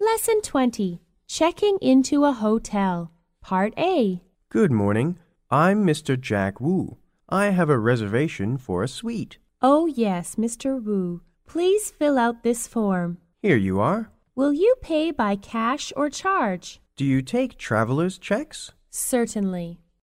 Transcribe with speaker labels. Speaker 1: Lesson 20 Checking into a Hotel, Part A.
Speaker 2: Good morning. I'm Mr. Jack Wu. I have a reservation for a suite.
Speaker 1: Oh, yes, Mr. Wu. Please fill out this form.
Speaker 2: Here you are.
Speaker 1: Will you pay by cash or charge?
Speaker 2: Do you take traveler's checks?
Speaker 1: Certainly.